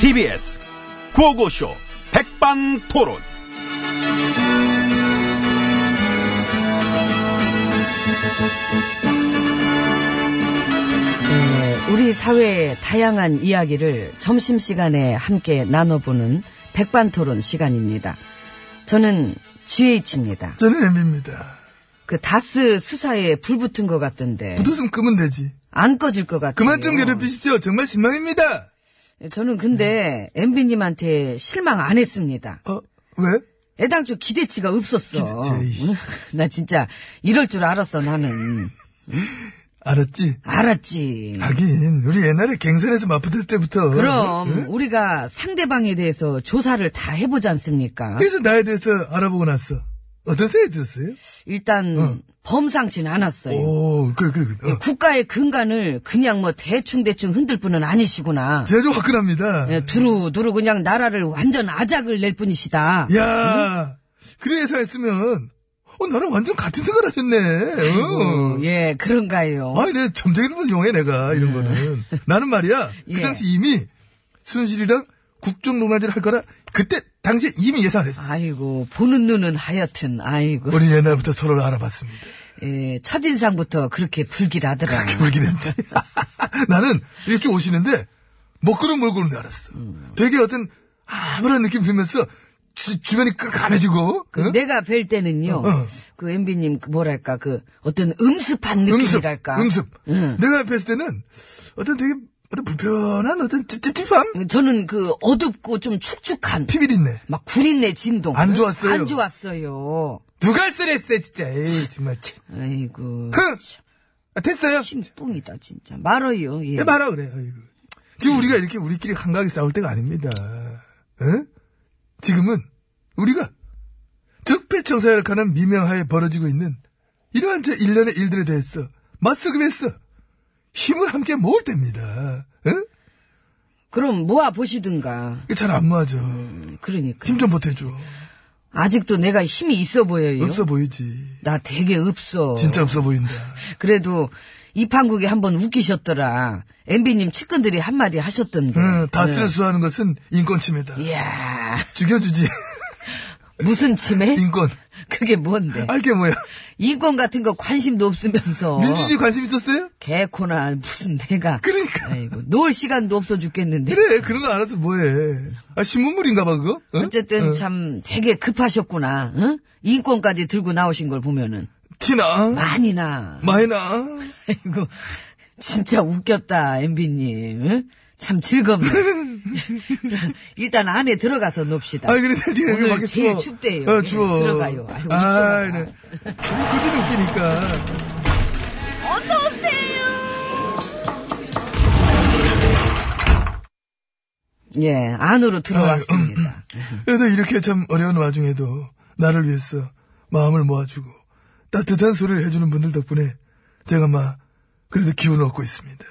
TBS 구호고쇼 백반토론. 네, 우리 사회의 다양한 이야기를 점심시간에 함께 나눠보는 백반토론 시간입니다. 저는 GH입니다. 저는 엠비입니다. 그 다스 수사에 불 붙은 것 같던데 붙었으면 끄면 되지. 안 꺼질 것 같아요. 예, 그만 좀 괴롭히십시오. 정말 실망입니다. 저는 근데 엠비님한테 실망 안 했습니다. 어, 왜? 애당초 기대치가 없었어. 기대치. 응? 나 진짜 이럴 줄 알았어 나는. 알았지? 알았지. 아, 하긴, 우리 옛날에 갱선에서 맞붙을 때부터. 음. 네? 그럼 응? 우리가 상대방에 대해서 조사를 다 해보지 않습니까? 그래서 나에 대해서 알아보고 났어. 어떤 생각이 들었어요? 일단 범상치는 않았어요. 예, 오, 그래, 그래, 그래. 어. 국가의 근간을 그냥 뭐 대충대충 흔들 분은 아니시구나. 제가 좀 화끈합니다. 예, 두루두루 그냥 나라를 완전 아작을 낼 뿐이시다. 야 그래서 했으면, 어, 나랑 완전 같은 생각을 하셨네. 어. 아이고, 예, 그런가요. 아니, 내 점쟁이를 보 용해, 내가, 이런 거는. 나는 말이야, 예. 그 당시 이미, 순실이랑 국정농단질을 할 거라, 그때, 당시에 이미 예상했어. 아이고, 보는 눈은 하여튼, 아이고. 우리 옛날부터 서로를 알아봤습니다. 아, 예, 첫인상부터 그렇게 불길하더라. 그렇게 울긴 했지. 나는, 이렇게 쭉 오시는데, 먹구름 몰고 오는 줄 알았어. 음. 되게 어떤, 아무런 느낌 들면서, 지- 주변이 깜깜해지고, 그 응? 내가 뵐 때는요, 어. 그 MB님, 뭐랄까, 그 어떤 음습한 음습, 그 느낌이랄까. 음습. 응. 내가 뵀을 때는, 어떤 되게, 어떤 불편한, 어떤 찝찝찝함? 저는 그 어둡고 좀 축축한, 피밀 있네. 막 구린내 진동. 안 좋았어요. 안 좋았어요. 누가 쓰랬어, 진짜. 에이, 정말. 치. 아이고. 흥! 아, 됐어요. 심뿡이다, 진짜. 말어요, 예. 예, 말아 그래. 아이고. 지금 우리가 이렇게 우리끼리 한가하게 싸울 때가 아닙니다. 에? 지금은 우리가 적폐청사에 가는 미명하에 벌어지고 있는 이러한 제 일련의 일들에 대해서 맞서기위해서 힘을 함께 모을 때입니다. 어? 에? 그럼 모아보시든가. 잘안 모아져. 그러니까. 힘 좀 보태줘. 아직도 내가 힘이 있어 보여요. 없어 보이지. 나 되게 없어. 진짜 없어 보인다. 그래도 이판국이 한번 웃기셨더라. MB님 측근들이 한마디 하셨던데. 응, 어, 다스를 수하는 것은 인권 침해다. 네. 이야, 죽여주지. 무슨 침해? 인권. 그게 뭔데? 알게 뭐야. 인권 같은 거 관심도 없으면서. 아, 민주주의 관심 있었어요? 개코나 무슨 내가. 그러니까. 아이고, 놀 시간도 없어 죽겠는데. 그래 그런 거 알아서 뭐해 아 신문물인가 봐 그거 응? 어쨌든 응. 참 되게 급하셨구나. 응? 인권까지 들고 나오신 걸 보면은 티나 많이 나. 아, 마이나 아이고 진짜 웃겼다 엠비님. 응? 참 즐겁네. 일단 안에 들어가서 놉시다. 아 그래 지금 오늘 여기 밖에 제일 추워. 춥대요. 어 예, 추워 들어가요. 아이고, 아 웃겨라. 이래 굳이 웃기니까 예 안으로 들어왔습니다. 그래도 이렇게 참 어려운 와중에도 나를 위해서 마음을 모아주고 따뜻한 소리를 해주는 분들 덕분에 제가 막 그래도 기운을 얻고 있습니다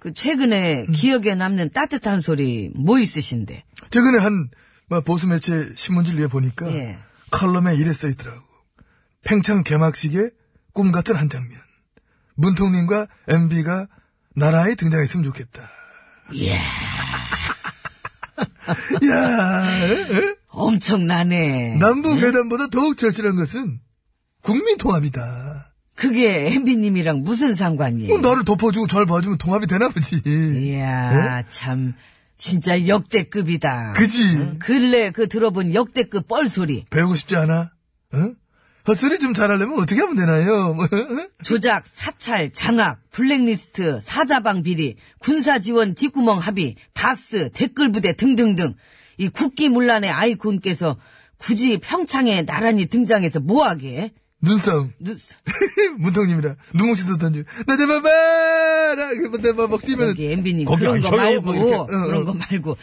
그 최근에 기억에 남는 따뜻한 소리 뭐 있으신데? 최근에 한막 보수 매체 신문지를 위해 보니까 예. 칼럼에 이래 써 있더라고. 팽창 개막식의 꿈 같은 한 장면. 문통님과 MB가 나라에 등장했으면 좋겠다. 이야 야 에? 에? 엄청나네. 남북 회담보다 더욱 절실한 것은 국민 통합이다. 그게 엠비님이랑 무슨 뭐 상관이에요? 나를 덮어주고 잘 봐주면 통합이 되나 보지. 예. 이야 참 진짜 역대급이다. 네? 그지? 근래 그 들어본 역대급 뻘소리 배우고 싶지 않아? 어? 헛소리 좀 잘하려면 어떻게 하면 되나요? 조작 사찰 장악 블랙리스트 사자방 비리 군사 지원 뒷구멍 합의 다스 댓글 부대 등등등 이 국기문란의 아이콘께서 굳이 평창에 나란히 등장해서 뭐하게 눈싸움. 눈- 문통님이라 눈뭉치도 네, 던지 나내 봐봐라 내 봐봐 네, 뭐, 뛰면 저기 엠비님 거기 그런 안 거 쳐요, 말고 뭐 이렇게. 어, 그런 어. 거 말고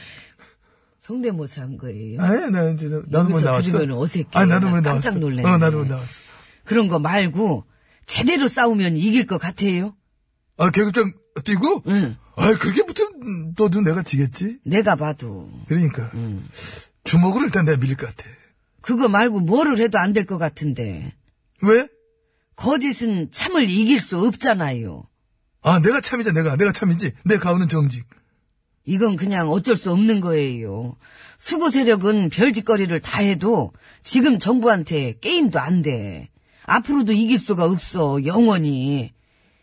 성대모사 한 거예요 아니 나 이제 나- 나도 뭐 여기서 나왔어 줄이면 어색해. 아니 나도 뭐 나 나왔어 깜짝 놀랐네. 어 나도 뭐 나왔어 그런 거 말고 제대로 싸우면 이길 것 같아요 아 계급장 뛰고 응 아 그렇게 붙으면 너도 내가 지겠지 내가 봐도 그러니까 주먹으로 일단 내가 밀릴 것 같아 그거 말고 뭐를 해도 안 될 것 같은데 왜? 거짓은 참을 이길 수 없잖아요. 아 내가 참이자 내가 내가 참이지 내 가오는 정직 이건 그냥 어쩔 수 없는 거예요. 수구 세력은 별짓거리를 다 해도 지금 정부한테 게임도 안 돼. 앞으로도 이길 수가 없어, 영원히.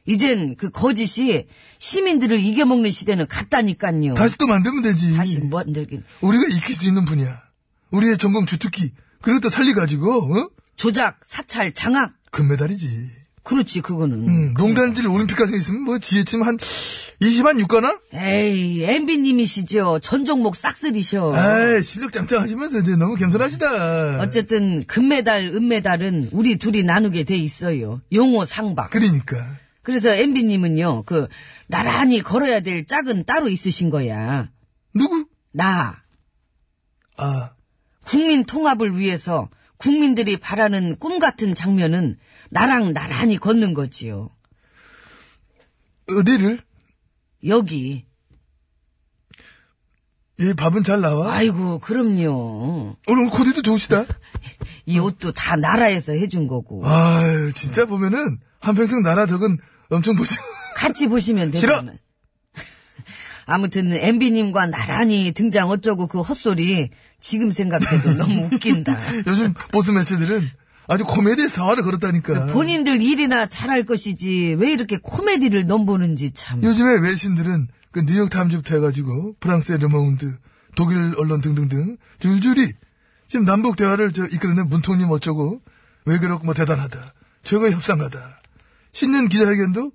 이젠 그 거짓이 시민들을 이겨먹는 시대는 갔다니까요. 다시 음. 또 만들면 되지. 다시 만들긴. 우리가 익힐 수 있는 분야. 우리의 전공 주특기. 그걸 또 살려가지고, 어? 조작, 사찰, 장악. 금메달이지. 그렇지, 그거는. 음, 농단질 올림픽 가서 있으면 뭐 지혜침 한 20한 6가나? 에이, 엠비님이시죠. 전 종목 싹쓸이셔. 아이, 실력 짱짱하시면서 이제 너무 겸손하시다. 어. 어쨌든 금메달, 은메달은 우리 둘이 나누게 돼 있어요. 용호 상박. 그러니까. 그래서 엠비님은요, 그 나란히 걸어야 될 짝은 따로 있으신 거야. 누구? 나 아, 국민 통합을 위해서 국민들이 바라는 꿈 같은 장면은 나랑 나란히 걷는 거지요. 어디를? 여기. 얘 밥은 잘 나와? 아이고, 그럼요. 오늘 코디도 좋으시다. 이 옷도 다 나라에서 해준 거고. 아유, 진짜 보면은 한평생 나라 덕은 엄청 보시. 같이 보시면 싫어! 되잖아요. 아무튼 엠비님과 나란히 등장 어쩌고 그 헛소리 지금 생각해도 너무 웃긴다. 요즘 보스 매체들은 아주 코미디의 사활을 걸었다니까. 본인들 일이나 잘할 것이지 왜 이렇게 코미디를 넘보는지 참. 요즘에 외신들은 그 뉴욕 타임즈부터 해가지고 프랑스의 르몽드, 독일 언론 등등등 줄줄이 지금 남북 대화를 저 이끌어낸 문통님 어쩌고 외교력 뭐 대단하다, 최고의 협상가다. 신년 기자회견도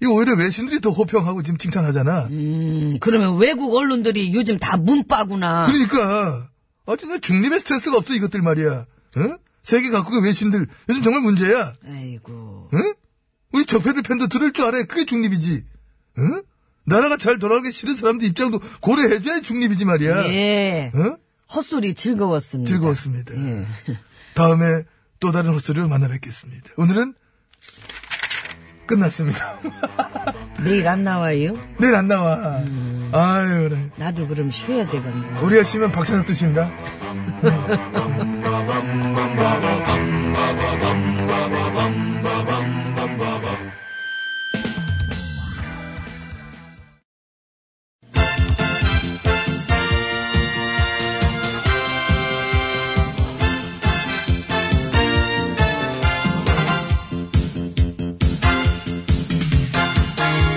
이거 오히려 외신들이 더 호평하고 지금 칭찬하잖아. 음, 그러면 외국 언론들이 요즘 다 문빠구나. 그러니까 아주 내 중립의 스트레스가 없어 이것들 말이야. 어? 세계 각국의 외신들 요즘 정말 문제야. 아이고. 응? 우리 적폐들 편도 들을 줄 알아야 그게 중립이지. 응? 나라가 잘 돌아가기 싫은 사람들 입장도 고려해줘야 중립이지 말이야. 예. 응? 헛소리 즐거웠습니다. 즐거웠습니다. 예. 다음에 또 다른 헛소리를 만나 뵙겠습니다. 오늘은 끝났습니다. 내일 안 나와요? 내일 안 나와. 음. 아유, 그래. 나도 그럼 쉬어야 되겠네. 우리가 쉬면 박찬혁 도쉰다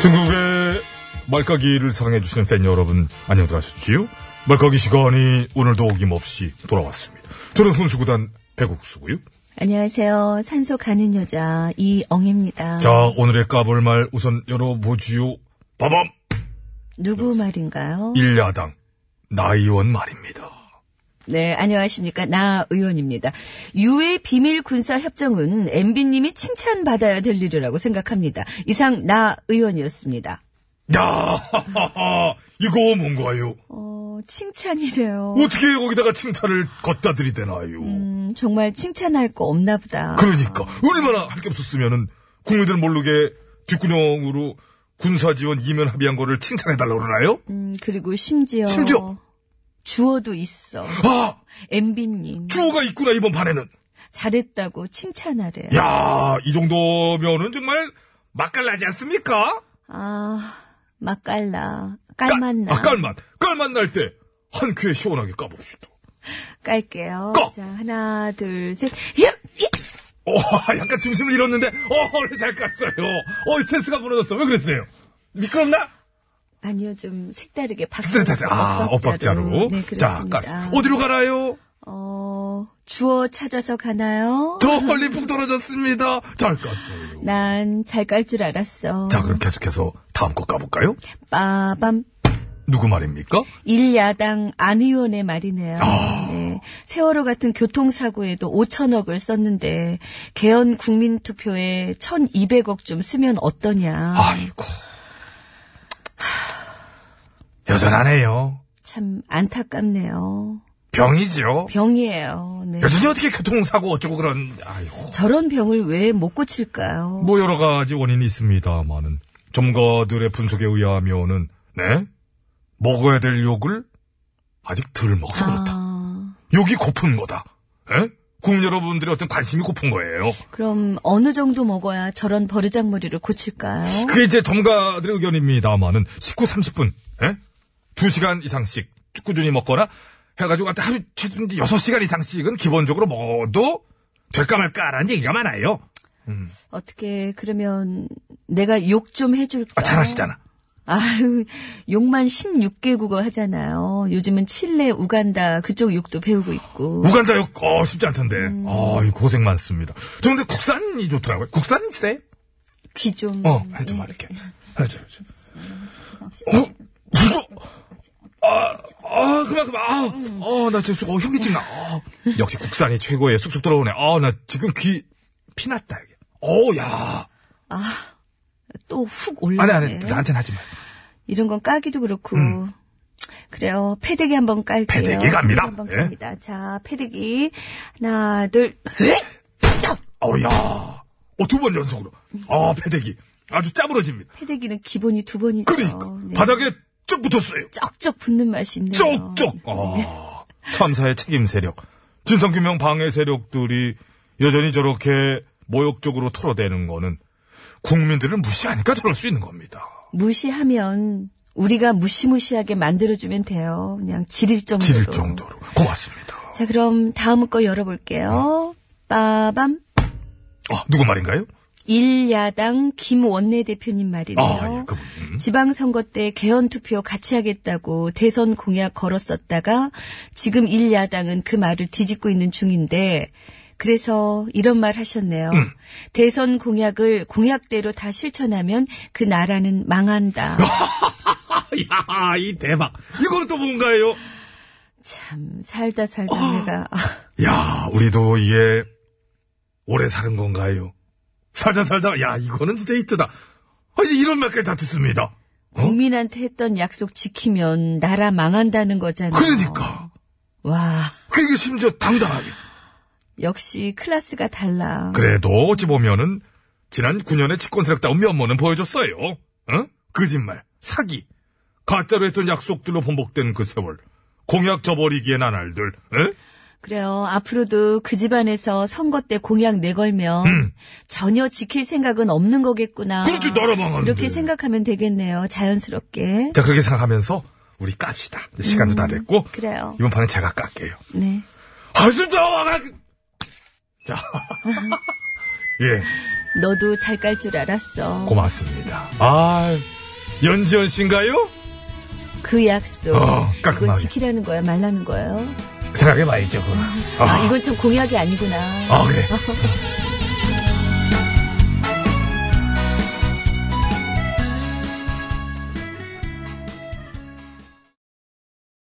중국의 말까기를 사랑해주시는 팬 여러분, 안녕들 하셨지요? 말까기 시간이 오늘도 어김없이 돌아왔습니다. 저는 훈수구단 배국수고요. 안녕하세요. 산소 가는 여자 이엉입니다. 자, 오늘의 까볼 말 우선 열어보지요. 빠밤! 누구 말인가요? 일야당, 나의원 말입니다. 네, 안녕하십니까. 나 의원입니다. 유해 비밀 군사 협정은 MB님이 칭찬받아야 될 일이라고 생각합니다. 이상 나 의원이었습니다. 야 이거 뭔가요? 어, 칭찬이래요. 어떻게 거기다가 칭찬을 걷다 들이대나요? 음, 정말 칭찬할 거 없나 보다. 그러니까 얼마나 할 게 없었으면은 국민들 모르게 뒷구녕으로 군사지원 이면 합의한 거를 칭찬해달라고 그러나요? 음, 그리고 심지어. 심지어? 주어도 있어. 아! MB님. 주어가 있구나 이번 판에는 잘했다고 칭찬하래요. 야, 이 정도면은 정말 맛깔나지 않습니까? 아, 막깔라. 깔맞나. 아, 깔맛 깔맛 날 때 한 큐에 시원하게 까봅시다 깔게요. 꺼! 자, 하나, 둘, 셋. 야! 어, 약간 중심을 잃었는데 어, 잘 깠어요 어, 스탠스가 무너졌어 왜 그랬어요? 미끄럽나? 아니요, 좀 색다르게 박수. 스트레스 아, 엇박자로 네, 자, 그렇습니다. 깠어 어디로 가나요? 어, 주어 찾아서 가나요? 더 멀리 푹 떨어졌습니다 잘 깠어요 난 잘 깔 줄 알았어. 자, 그럼 계속해서 다음 거 까볼까요? 빠밤. 누구 말입니까? 음. 일야당 안 의원의 말이네요. 아. 네. 세월호 같은 교통사고에도 5천억을 썼는데 개헌 국민투표에 1,200억 좀 쓰면 어떠냐. 아이고 여전하네요 참 안타깝네요. 병이죠. 병이에요. 네. 여전히 어떻게 교통사고 어쩌고 그런, 아이고. 저런 병을 왜 못 고칠까요? 뭐 여러 가지 원인이 있습니다만은, 전문가들의 분석에 의하면은, 네? 먹어야 될 욕을 아직 덜 먹어서 그렇다. 아, 욕이 고픈 거다. 예? 국민 여러분들의 어떤 관심이 고픈 거예요. 그럼 어느 정도 먹어야 저런 버르장머리를 고칠까요? 그게 이제 전문가들의 의견입니다만은, 19, 30분, 예? 두시간 이상씩 꾸준히 먹거나 해가지고 하루 최소인지 6시간 이상씩은 기본적으로 먹어도 될까 말까라는 얘기가 많아요. 어떻게 그러면 내가 욕 좀 해줄까? 아, 잘하시잖아. 아유, 욕만 16개국어 하잖아요. 요즘은 칠레, 우간다 그쪽 욕도 배우고 있고. 우간다 욕, 어, 쉽지 않던데. 아, 이 고생 많습니다. 저 근데 국산이 좋더라고요. 국산 쎄? 귀 좀. 예, 어, 해줘, 말 이렇게. 해줘, 해줘. 어, 이거, 아, 아, 그만, 그만, 아, 어, 나 지금, 어, 현기증 나. 아. 역시 국산이 최고예요. 쑥쑥 들어오네. 아, 나 지금 귀, 피났다, 이게. 어, 야. 아, 또 훅 안해, 올라가네. 안해. 나한테는 하지 마. 이런 건 까기도 그렇고. 그래요. 패대기 한번 깔게요. 음. 패대기 갑니다. 패대기 한번 예. 갑니다. 자, 패대기. 하나, 둘, 예? 셋! 어, 야. 어, 두 번 연속으로. 아, 패대기. 아주 짜부러집니다. 패대기는 기본이 두 번이죠. 그러니까. 네. 바닥에 쭉 붙었어요. 쩍쩍 붙는 맛이 있네요. 쪽쪽. 아, 참사의 책임 세력, 진상규명 방해 세력들이 여전히 저렇게 모욕적으로 털어대는 거는 국민들을 무시하니까 저럴 수 있는 겁니다. 무시하면 우리가 무시무시하게 만들어주면 돼요. 그냥 지릴 정도로. 지릴 정도로 고맙습니다. 자, 그럼 다음 거 열어볼게요. 빠밤. 아, 누구 말인가요? 일야당 김원내 대표님 말이네요. 아, 예, 그분. 음. 지방선거 때 개헌투표 같이 하겠다고 대선 공약 걸었었다가 지금 일야당은 그 말을 뒤집고 있는 중인데 그래서 이런 말 하셨네요. 음. 대선 공약을 공약대로 다 실천하면 그 나라는 망한다. 야, 이 대박. 이거는 또 뭔가요? 참 살다 살다 어? 내가 아, 야, 우리도 이게 오래 사는 건가요? 살다 살다, 야, 이거는 진짜 히트다. 아, 이제 이런 말까지 다 듣습니다. 국민한테 했던 약속 지키면 나라 망한다는 거잖아요. 그러니까. 와 그러니까 심지어 당당하게. 역시 클래스가 달라. 그래도 어찌 보면은 지난 9년의 집권 세력 다운 면모는 보여줬어요. 어? 거짓말, 사기, 가짜로 했던 약속들로 번복된 그 세월, 공약 저버리기의 나날들. 어? 에? 그래요. 앞으로도 그 집안에서 선거 때 공약 내걸면 전혀 지킬 생각은 없는 거겠구나. 음. 그렇지 나라 망하는데. 이렇게 생각하면 되겠네요. 자연스럽게. 자 그렇게 생각하면서 우리 깝시다. 이제 시간도 음. 다 됐고 그래요. 이번 판에 제가 깎게요. 네. 아주 좋아가. 자, 예, 너도 잘 깔 줄 알았어. 고맙습니다. 아, 연지연 씨인가요? 그 약속. 어, 그건 깔끔하게. 지키라는 거야, 말라는 거예요. 생각해봐야죠. 그건. 아, 이건 참 공약이 아니구나. 아, 그래.